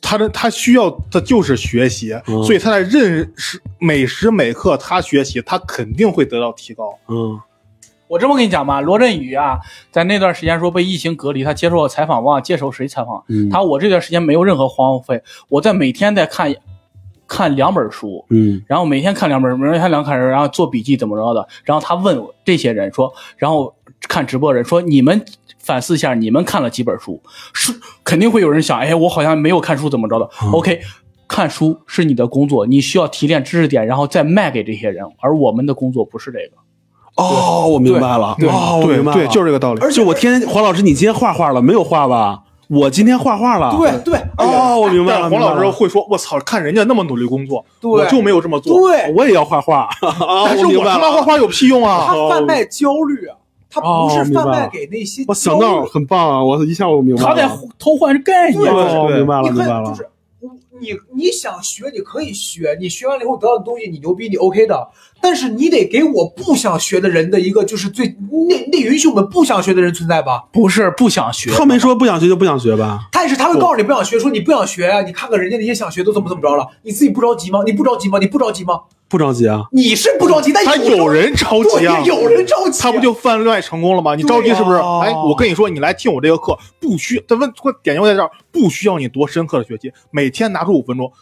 他的他需要的就是学习，嗯所以他在认识每时每刻他学习，他肯定会得到提高。嗯我这么跟你讲吧，罗振宇啊，在那段时间说被疫情隔离，他接受了采访，忘了接受谁采访。嗯他说我这段时间没有任何荒废，我在每天在看，看两本书，嗯然后每天看两本，每天看两本，然后做笔记怎么着的。然后他问我这些人说，然后看直播人说，你们反思一下，你们看了几本书？是肯定会有人想，哎，我好像没有看书怎么着的。OK，看书是你的工作，你需要提炼知识点，然后再卖给这些人。而我们的工作不是这个。哦，我明白了，对哦，我对明白了，对，就是这个道理。而且我天天，黄老师，你今天画画了没有画吧？我今天画画了。对对，而且哦，我明白但了。黄老明白师了会说：“我操，看人家那么努力工作，对我就没有这么做。对，我也要画画，啊但是明我白他妈了画画有屁用啊！他贩卖焦虑啊，他不哦是明白贩卖了给那些我想焦到虑了很棒啊！我一下我明白他了。在偷换概嗯对念。哦对明白了，你明白很就了。是你你想学，你可以学，你学完了以后得到的东西，你牛逼，你 OK 的。但是你得给我不想学的人的一个，就是最那那允许我们不想学的人存在吧。不是不想学，他没说不想学就不想学吧？但是他会告诉你不想学，说你不想学啊，你看看人家那些想学都怎么怎么着了，你自己不着急吗？你不着急吗？你不着急吗？不着急啊。你是不着急，但他有人着急啊，对有人着急啊他不就贩卖成功了吗？你着急是不是？对啊哎，我跟你说，你来听我这个课，不需他问点又在这儿，不需要你多深刻的学习，每天拿出五分钟，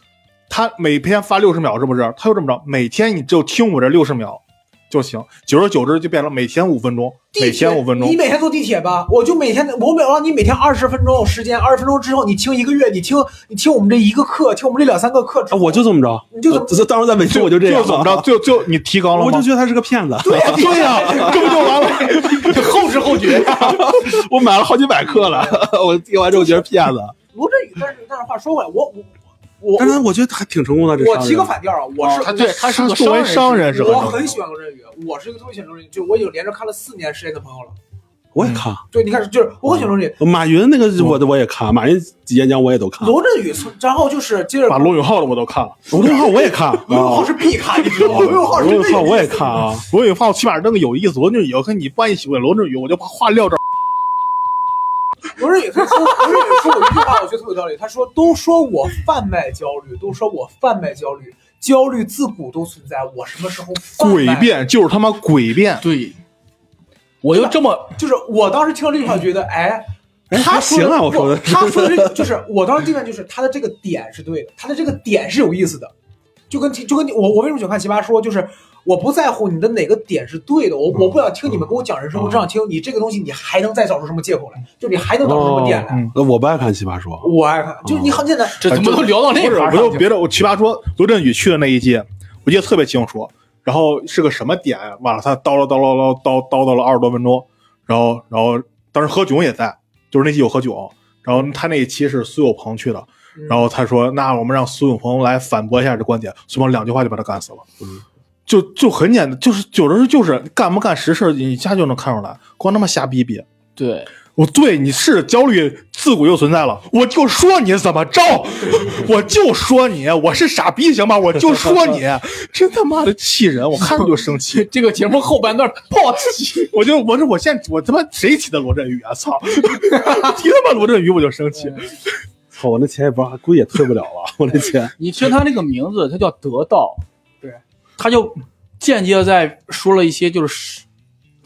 他每天发六十秒，是不是？他就这么着，每天你就听我这六十秒就行，久而久之就变成每天五分钟，地铁每天五分钟你，每天坐地铁吧，我就每天，我每我让你每天二十分钟有时间，二十分钟之后你听一个月，你听你听我们这一个课，听我们这两三个课之啊，后，我就这么着，你就这么这当时在北京就我就这样，就怎么着，？就就你提高了吗？我就觉得他是个骗子，对呀、对 呀、这不就完了？后知后觉呀、我买了好几百克了，我听完之后觉得骗子，罗振宇，但是但是话说回来，我我我 但是我觉得还挺成功的。这我商提个人反调啊，我是、他对哦他是个作为商商人是很我正常很喜欢罗振宇，我是一个特别喜欢罗振宇，就我已经连着看了四年时间的朋友了。我也看，对，你看，就是我很喜欢罗振宇，马云那个我我也看，马云演讲我也都看，罗振宇从，然后就是接着把罗永浩的我都看了，罗永浩我也看，罗永浩啊是必看，你知道吗？哦罗永浩是真罗永的浩有我也意思看。啊，罗永浩起码那个有意思。罗振宇，我看你不爱喜欢罗振宇，我就把话撂这儿。罗振宇他说，罗振宇说我一句话，我觉得特有道理。他说，都说我贩卖焦虑，都说我贩卖焦虑，焦虑自古都存在，我什么时候放诡慢辩就是他妈诡辩，对，我就这么就是我当时听到这句话，觉得哎，他说行啊哦我说的不他说的 是就是我当时这个就是他的这个点是对的，他的这个点是有意思的，就跟就跟我我为什么喜欢看奇葩说，就是我不在乎你的哪个点是对的，嗯我我不想听你们跟我讲人生，我只想听你这个东西，你还能再找出什么借口来，就你还能找出什么点来。呃我不哦爱看奇葩说，我爱看，就是你很简单，哦嗯哎这啊怎么都聊到这不是，块我儿上就去了？别的，我奇葩说罗振宇去的那一届，我记得特别清楚。然后是个什么点，完了他叨叨叨叨叨叨叨了二十多分钟，然后然后当时何炅也在，就是那期有何炅，然后他那一期是苏有朋去的，嗯然后他说那我们让苏有朋来反驳一下这观点，苏有朋两句话就把他干死了，嗯就就很简单，就是有的时候就是干不干实事，你一下就能看出来，光他妈瞎逼逼。对，我对你是焦虑，自古就存在了。我就说你怎么 着，我就说你，我是傻逼行吗？我就说 你，真他妈的气人！我看着就生气。这个节目后半段 暴气，我就我这我现在我他妈谁提的罗振宇啊？操！ 提他妈罗振宇我就生气。嗯操，我那钱也不知道，估计也退不了了，我那钱。你听他那个名字，他叫得到，对，他就间接在说了一些就是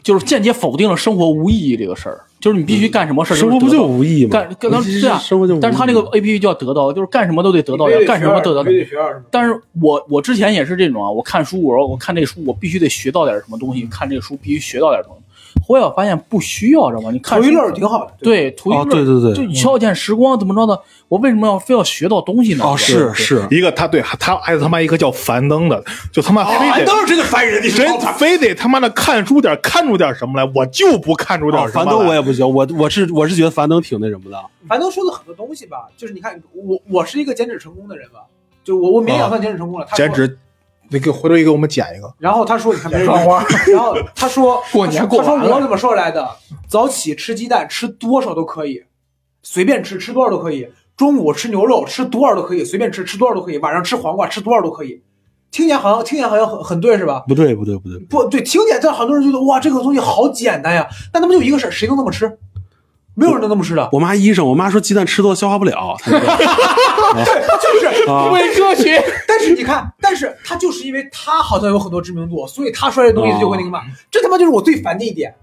就是间接否定了生活无意义这个事儿，就是你必须干什么事儿，嗯生活不是得就到无意义吗？干干我其实对啊生活就无意义但是他那个 A P P 叫得到，就是干什么都得得到点儿，干什么都得到点儿。学点什么。但是我我之前也是这种啊，我看书，我说我看这书，我必须得学到点什么东西，看这书必须学到点什么。后来我发现不需要，知道吗？你看头书一乐挺好的，对，图一乐，哦对对对就消遣时光怎么着的？我为什么要非要学到东西呢？哦，是是，一个他对他还有他妈一个叫樊登的，就他妈哦非得。是真的烦人，你人非得他妈的看出点看出点什么来，我就不看出点哦什么来。樊登我也不行，我我是我是觉得樊登挺那什么的，樊登说的很多东西吧，就是你看我我是一个减脂成功的人吧，就我我勉啊强算减脂成功了，他说简直，你给回头也给我们剪一个。然后他说：“你看别人花。”然后他说：“ 过年过他说完了我怎么说来的？早起吃鸡蛋，吃多少都可以，随便吃，吃多少都可以。中午吃牛肉，吃多少都可以，随便吃，吃多少都可以。晚上吃黄瓜，吃多少都可以。听起来好像听起来好像很很对是吧？不对不对不对，不对，听起来但很多人觉得哇，这个东西好简单呀。但他们就一个事儿，谁能那么吃？没有人能那么吃的。我妈医生，我妈说鸡蛋吃多消化不了，她说就是，啊伪科学，但是你看，但是他就是因为他好像有很多知名度，所以他说这东西就会那个嘛，嗯这他妈就是我最烦的一点，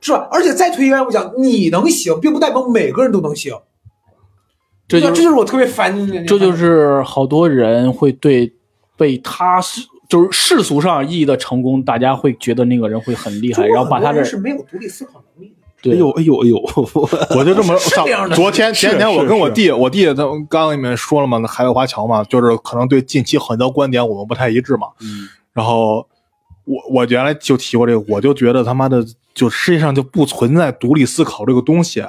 是吧？而且再退一万步讲，你能行，并不代表每个人都能行，这对就吧这是就是我特别烦的一点。这就是好多人会对被他世就是世俗上意义的成功，大家会觉得那个人会很厉害，中然国后把很他多的人是没有独立思考能力的。哎对呦哎呦哎呦， 我就这么是上这样的昨天是前几天我是跟我是弟，我弟他刚跟你们说了嘛，那海外华侨嘛，就是可能对近期很多观点我们不太一致嘛。嗯然后我我原来就提过这个，我就觉得他妈的，就世界上就不存在独立思考这个东西。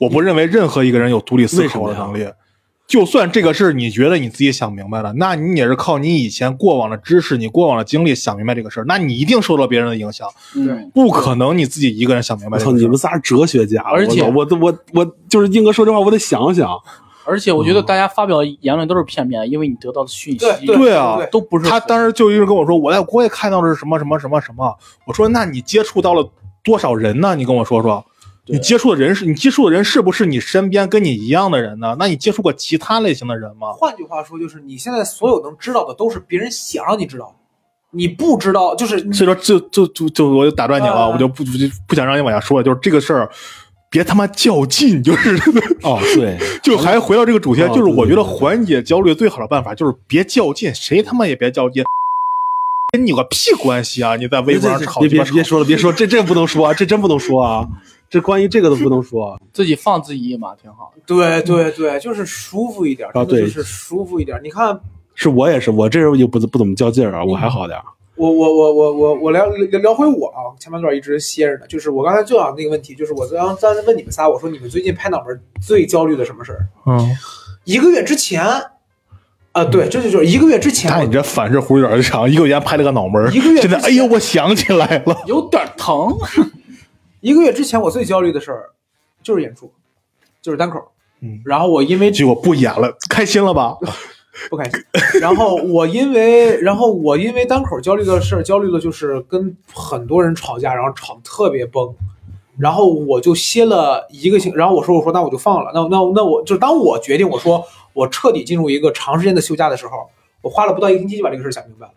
我不认为任何一个人有独立思考的能力。就算这个事儿你觉得你自己想明白了，那你也是靠你以前过往的知识、你过往的经历想明白这个事儿，那你一定受到别人的影响，嗯不可能你自己一个人想明白我这操，个事你儿们。仨是哲学家，而且我操我我我就是硬哥说这话，我得想想，而且我觉得大家发表言论都是片面的，因为你得到的讯息对对啊对，都不是他当时就一直跟我说，我在国外看到的是什么什么什么什么。我说，那你接触到了多少人呢？你跟我说说，对你接触的人是你接触的人是不是你身边跟你一样的人呢？那你接触过其他类型的人吗？换句话说，就是你现在所有能知道的都是别人想让你知道的，你不知道就是你所以说，就就就就我就打断你了，嗯啊我就不不不想让你往下说了，就是这个事儿。别他妈较劲，就是哦 对，就还回到这个主题，哦就是我觉对对得对缓解焦虑最好的办法就是别较劲，谁他妈也别较劲，跟你有个屁关系啊！你在微博上吵别鸡巴别吵别说了，别说，这这不能说啊，这真不能说啊，这关于这个都不能说。啊自己放自己一马，挺好的。对对对，就是舒服一点，啊真的对就是舒服一点。你看是我也是，我这人也不不怎么较劲儿啊，我还好点儿。我我我我我我聊聊聊回我啊，前半段一直歇着呢，就是我刚才就想那个问题，就是我刚刚才问你们仨，我说你们最近拍脑门最焦虑的什么事儿？嗯，一个月之前，啊，对，这就就是一个月之前那你我，这反射弧有点长，一个月拍了个脑门儿，一个月现在之哎前呦，我想起来 了，有点疼，一个月之前我最焦虑的事儿就是演出，就是单口，嗯，然后我因为结果不演了，开心了吧？不开心，然后我因为然后我因为单口焦虑的事儿焦虑的就是跟很多人吵架，然后吵得特别崩。然后我就歇了一个星，然后我说我说那我就放了，那那那我就当我决定我说我彻底进入一个长时间的休假的时候，我花了不到一个星期就把这个事儿想明白了。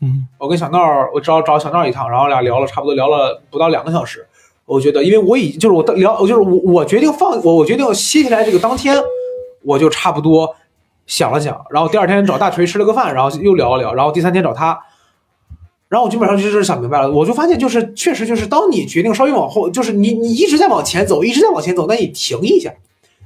嗯，我跟小闹儿，我找找小闹儿一趟，然后俩聊了差不多聊了不到两个小时。我觉得，因为我已就是我到聊，我就是我我决定放我我决定歇下来这个当天，我就差不多想了想，然后第二天找大锤吃了个饭，然后又聊了聊，然后第三天找他，然后我基本上就是想明白了，我就发现就是确实就是当你决定稍微往后，就是你你一直在往前走，一直在往前走，那你停一下，嗯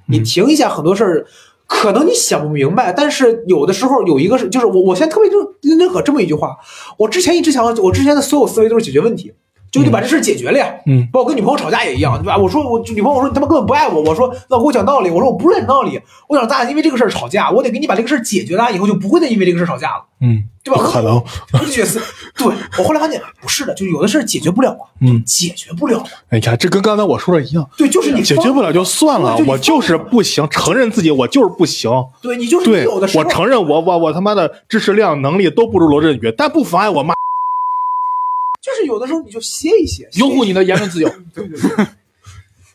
你停一下，很多事儿可能你想不明白，但是有的时候有一个是，就是我我现在特别认认可这么一句话，我之前一直想，我之前的所有思维都是解决问题，就就把这事儿解决了呀。嗯，包括跟女朋友吵架也一样，对吧？我说我女朋友我说你他妈根本不爱我，我说那我给我讲道理，我说我不认道理，我想咱俩因为这个事儿吵架，我得给你把这个事儿解决了，以后就不会再因为这个事儿吵架了。嗯，对吧？不可能，我就觉得，对我后来发现不是的，就有的事儿解决不了啊，嗯解决不了啊，哎呀，这跟刚才我说的一样，对，就是你解放决不了就算了对就，你我就是不行，承认自己我就是不行。对你就是你对，有的时候我承认我我我他妈的知识量能力都不如罗振宇，但不妨碍我妈就是有的时候你就歇一歇，拥歇护一歇你的言论自由。对对对，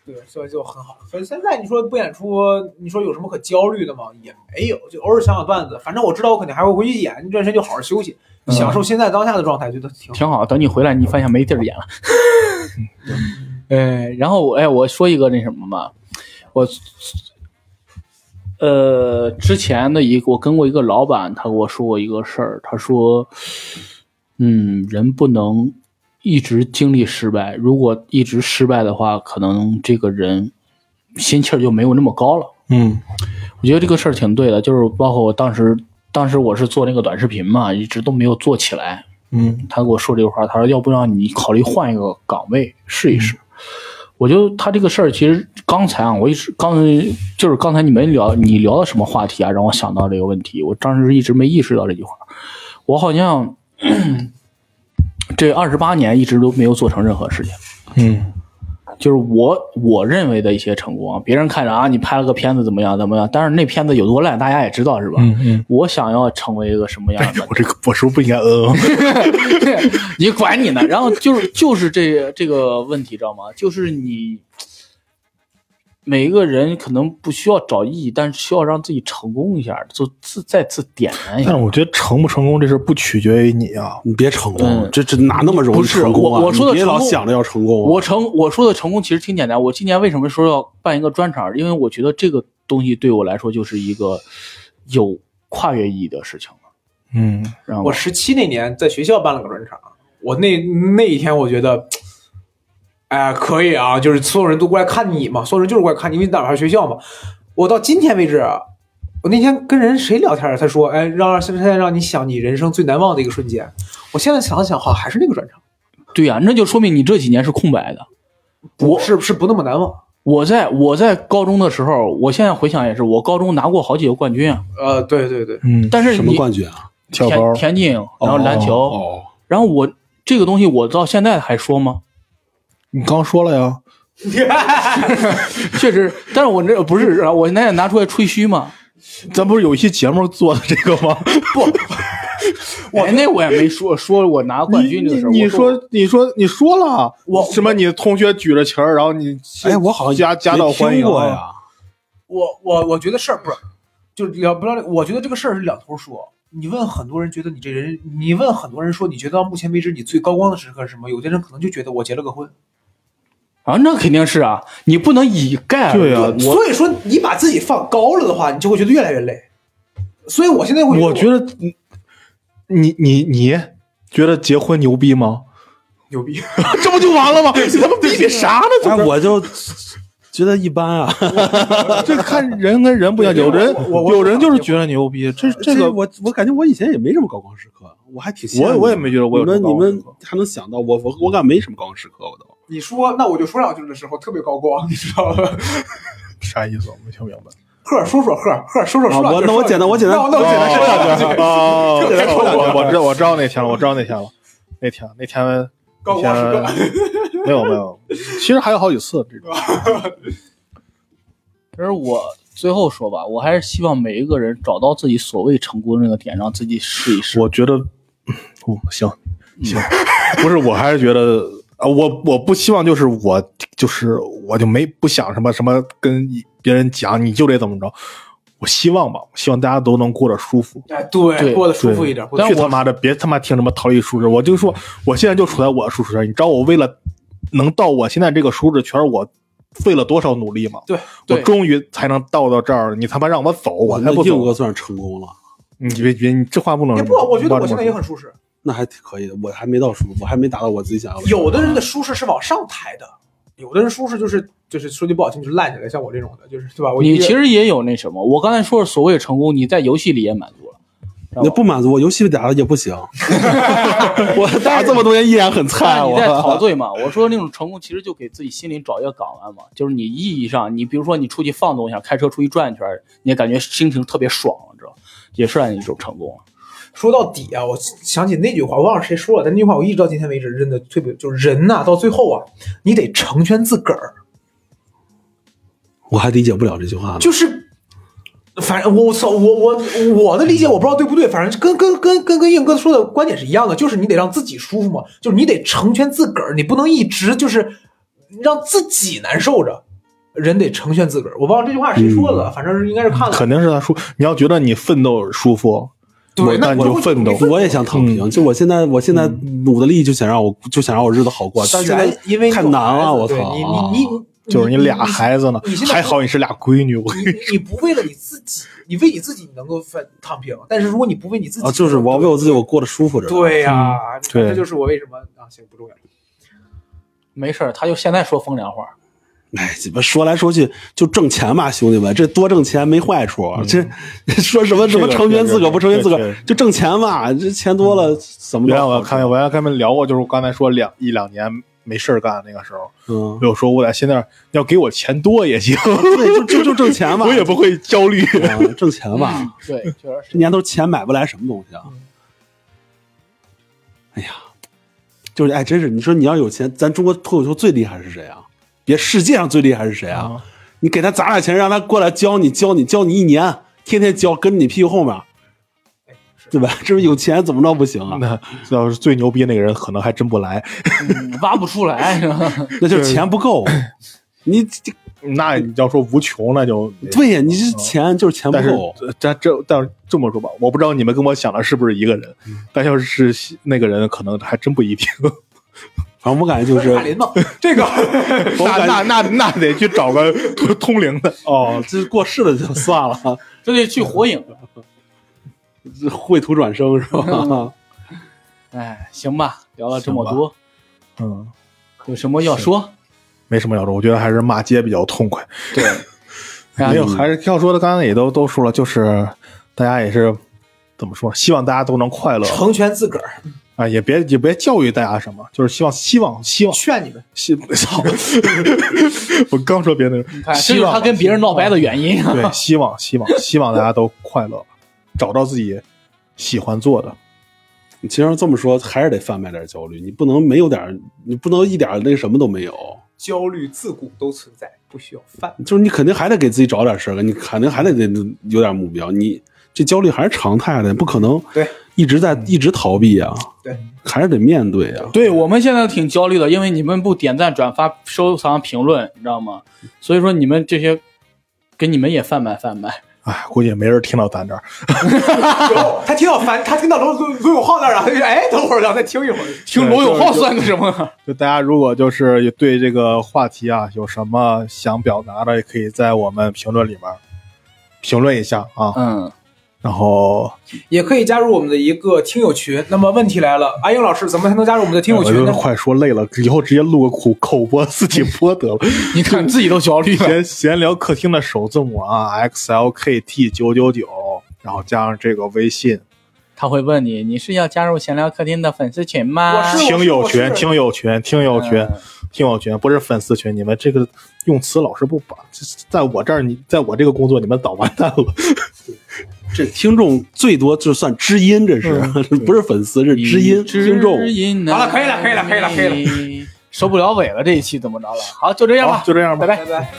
对，所以就很好。所以现在你说不演出，你说有什么可焦虑的吗？也没有，就偶尔想想段子。反正我知道我肯定还会回去演，这段时间就好好休息，嗯享受现在当下的状态，觉得挺好。 挺好。等你回来，你发现没地儿演 了。哎，然后我哎，我说一个那什么吧，我呃之前的一个，我跟过一个老板，他跟我说过一个事儿，他说，嗯，人不能一直经历失败，如果一直失败的话，可能这个人心气儿就没有那么高了。嗯我觉得这个事儿挺对的，就是包括我当时，当时我是做那个短视频嘛，一直都没有做起来。嗯他给我说这话，他说要不让你考虑换一个岗位试一试。我就他这个事儿，其实刚才啊，我一直刚就是刚才你们聊你聊的什么话题啊，让我想到这个问题。我当时一直没意识到这句话，我好像 咳这二十八年一直都没有做成任何事情。嗯就是我我认为的一些成功啊，别人看着啊，你拍了个片子怎么样怎么样，但是那片子有多烂，大家也知道是吧？嗯嗯，哎我想要成为一个什么 样的我这个我是不是不应该嗯嗯你管 你呢。然后就是就是这这个问题，知道吗？就是你每一个人可能不需要找意义，但是需要让自己成功一下，就自再次点燃一但下。是我觉得成不成功这事儿不取决于你啊，你别成功嗯，这这哪那么容不易是成功啊？我我说的你别老成功想着要成功啊，我成我说的成功其实挺简单。我今年为什么说要办一个专场？因为我觉得这个东西对我来说就是一个有跨越意义的事情了。嗯，然后我十七那年在学校办了个专场，我那那一天我觉得，哎、可以啊，就是所有人都过来看你嘛，所有人就是过来看你，因为哪怕是学校嘛。我到今天为止，啊我那天跟人谁聊天儿，他说，哎，让现在让你想你人生最难忘的一个瞬间。我现在想了想，好像还是那个专场，对呀、那就说明你这几年是空白的。不是是不那么难忘。我在我在高中的时候，我现在回想也是，我高中拿过好几个冠军啊。呃，对对对，嗯，但是什么你冠军啊？跳田高，田径，然后篮球，哦，然后我这个东西我到现在还说吗？ 你刚说了呀，确实，但是我这不是，我现在拿出来吹嘘嘛？咱不是有一期节目做的这个吗？我、哎那我也没说说我拿冠军这个事儿。你你你我说你说你说了，我什么？你同学举着旗儿，然后你哎，我好像夹夹道没听欢迎过啊呀。我我我觉得事儿不是，就是聊不聊这个？我觉得这个事儿是两头说。你问很多人觉得你这人，你问很多人说你觉得到目前为止你最高光的时刻是什么？有些人可能就觉得我结了个婚，啊，那肯定是啊，你不能以概而对啊论。我所以说你把自己放高了的话，你就会觉得越来越累。所以我现在会我觉觉得你你你你觉得结婚牛逼吗？牛逼，这不就完了吗？你他妈比比啥呢？哎，我就觉得一般啊。这看人跟人不一样，有人我我有人就是觉得牛逼，这 这个我我感觉我以前也没什么高光时刻，我还挺羡慕我的我也没觉得我有你什们么高光你时刻们还能想到我我我感觉没什么高光时刻，我都你说那我就说两句的时候特别高光，你知道吗？啥意思？我没听明白。赫说说赫赫说说啊说两句我那说两我简单句我简单那那我简单说两句，啊哦，这个太过分了我我知道我知道那天了，我知道那天了，那天那天高光时刻。没有没有，其实还有好几次这种。其实我最后说吧，我还是希望每一个人找到自己所谓成功那个点，让自己试一试。我觉得，嗯，行行，不是，我还是觉得啊，我我不希望就是我就是我就没不想什么什么跟别人讲，你就得怎么着。我希望吧，希望大家都能过得舒服。哎，对，对过得舒对服一点。过得但去舒他妈的，别他妈听什么逃离舒适，我就说我现在就处在我的舒适圈，你知道我为了能到我现在这个舒适圈，我费了多少努力吗？对，我对终于才能到到这儿，你他妈让我走，我才那不硬走。哥算是成功了，你别别，你这话不能也不，我觉得我现在也不能这么说很舒适。那还挺可以的。我还没到什么，我还没达到我自己想要的。啊有的人的舒适是往上抬的，有的人舒适就是就是说句不好听，就是烂下来，像我这种的，就是对吧？我一你其实也有那什么，我刚才说的所谓成功，你在游戏里也满 足了。那不满足我，游戏打的也不行，我打这么多年依然很菜。但你我在陶醉嘛？我说那种成功其实就给自己心里找一个港湾嘛，就是你意义上，你比如说你出去放纵一下，开车出去转一圈，你也感觉心情特别爽，你知道，也算一种成功。说到底啊，我想起那句话，我忘了谁说了，但那句话我一直到今天为止真的特别，就是人呐、到最后啊，你得成全自个儿，我还理解不了这句话呢。就是。反正我操，我我我的理解我不知道对不对，反正跟跟跟跟跟硬哥说的观点是一样的，就是你得让自己舒服嘛，就是你得成全自个儿，你不能一直就是让自己难受着，人得成全自个儿。我忘了这句话是谁说的了，反正是应该是看了肯定是他舒，你要觉得你奋斗舒服，对，那我你就奋斗我也想躺平，嗯就我现在，我现在努的力就想让我，就想让我日子好过，但是现在因为你太有难孩了，子我对操！啊你你你你就是你俩孩子呢你现，在还好你是俩闺女，我你你你不为了你自己，你为你自己你能够反躺平，但是如果你不为你自己，啊，就是我要为我嗯自己，我过得舒服着。，对呀，你看对这就是我为什么啊，行不重要，没事儿，他就现在说风凉话。哎，鸡巴说来说去就挣钱吧，兄弟们，这多挣钱没坏处。这说什么什么成全自个不成全嗯自这个个，嗯就挣钱吧，这钱多了怎么原来着？我看我原来跟他们聊过，就是我刚才说两一两年没事儿干那个时候，嗯，我有说我在现在要给我钱多也行， 对，就就就挣钱吧，我也不会焦虑。啊挣钱 吧。嗯，对，确实这是。年头钱买不来什么东西啊！哎呀，就是哎，真是你说你要有钱，咱中国脱口秀最厉害是谁啊？别世界上最厉害是谁啊？你给他砸点钱，让他过来教你，教你，教你一年，天天教，跟着你屁股后面，对吧？这是有钱怎么着不行啊？那要是最牛逼那个人，可能还真不来。 嗯挖不出来，是吧？ 那就是钱不够。你这那你要说无穷，那就对呀，你这钱就是钱不但是够。呃这这但这么说吧，我不知道你们跟我想的是不是一个人，但要是那个人，可能还真不一定。反正我感觉 就是卡林嘛，这个那那那那得去找个通通灵的。哦，这过世了就算了。 这得去火影。绘图转生是吧？哎，行吧，聊了这么多，嗯，有什么要说？没什么要说，我觉得还是骂街比较痛快。 对，哎哎没有，还是要说的，刚才也都都说了，就是大家也是怎么说，希望大家都能快乐成全自个儿，啊，也别也别教育大家什么，就是希望希望希望劝你们，希操， 我刚说别的，你看，这希就是望他跟别人闹掰的原因啊。对，希望希望希望大家都快乐，找到自己喜欢做的。你其实这么说，还是得贩卖点焦虑，你不能没有点儿，你不能一点儿那什么都没有，焦虑自古都存在，不需要犯。就是你肯定还得给自己找点事儿干，你肯定还得得有点目标，你这焦虑还是常态的，不可能对一直在一直逃避啊，对，还是得面对啊。对我们现在挺焦虑的，因为你们不点赞、转发、收藏、评论，你知道吗？所以说你们这些，给你们也贩卖贩卖。哎，估计也没人听到咱这儿。有他听到烦，他听到罗罗罗永浩那儿了，他就哎，等会儿咱再听一会儿。听罗永浩算个什么？就大家如果就是对这个话题啊有什么想表达的，也可以在我们评论里面评论一下啊。嗯，然后也可以加入我们的一个听友群。那么问题来了，阿英老师怎么才能加入我们的听友哎我群就哎呢？快说累了，以后直接录个口口播自己播 得了。你看自己都焦虑了。闲闲聊客厅的首字母啊，XLKT 九九九，然后加上这个微信 他会问你，你是要加入闲聊客厅的粉丝群吗？我是听友我群、是听友群、听友群、嗯听友群，不是粉丝群。你们这个用词老是不把，这在我这儿你在我这个工作你们早完蛋了。这听众最多就算知音，这是、 不是粉丝，是知音听众。知音好了可以了可以了可以了可以 了，受不了尾了，这一期怎么着了？好，就这样吧好，，就这样吧，拜拜拜拜。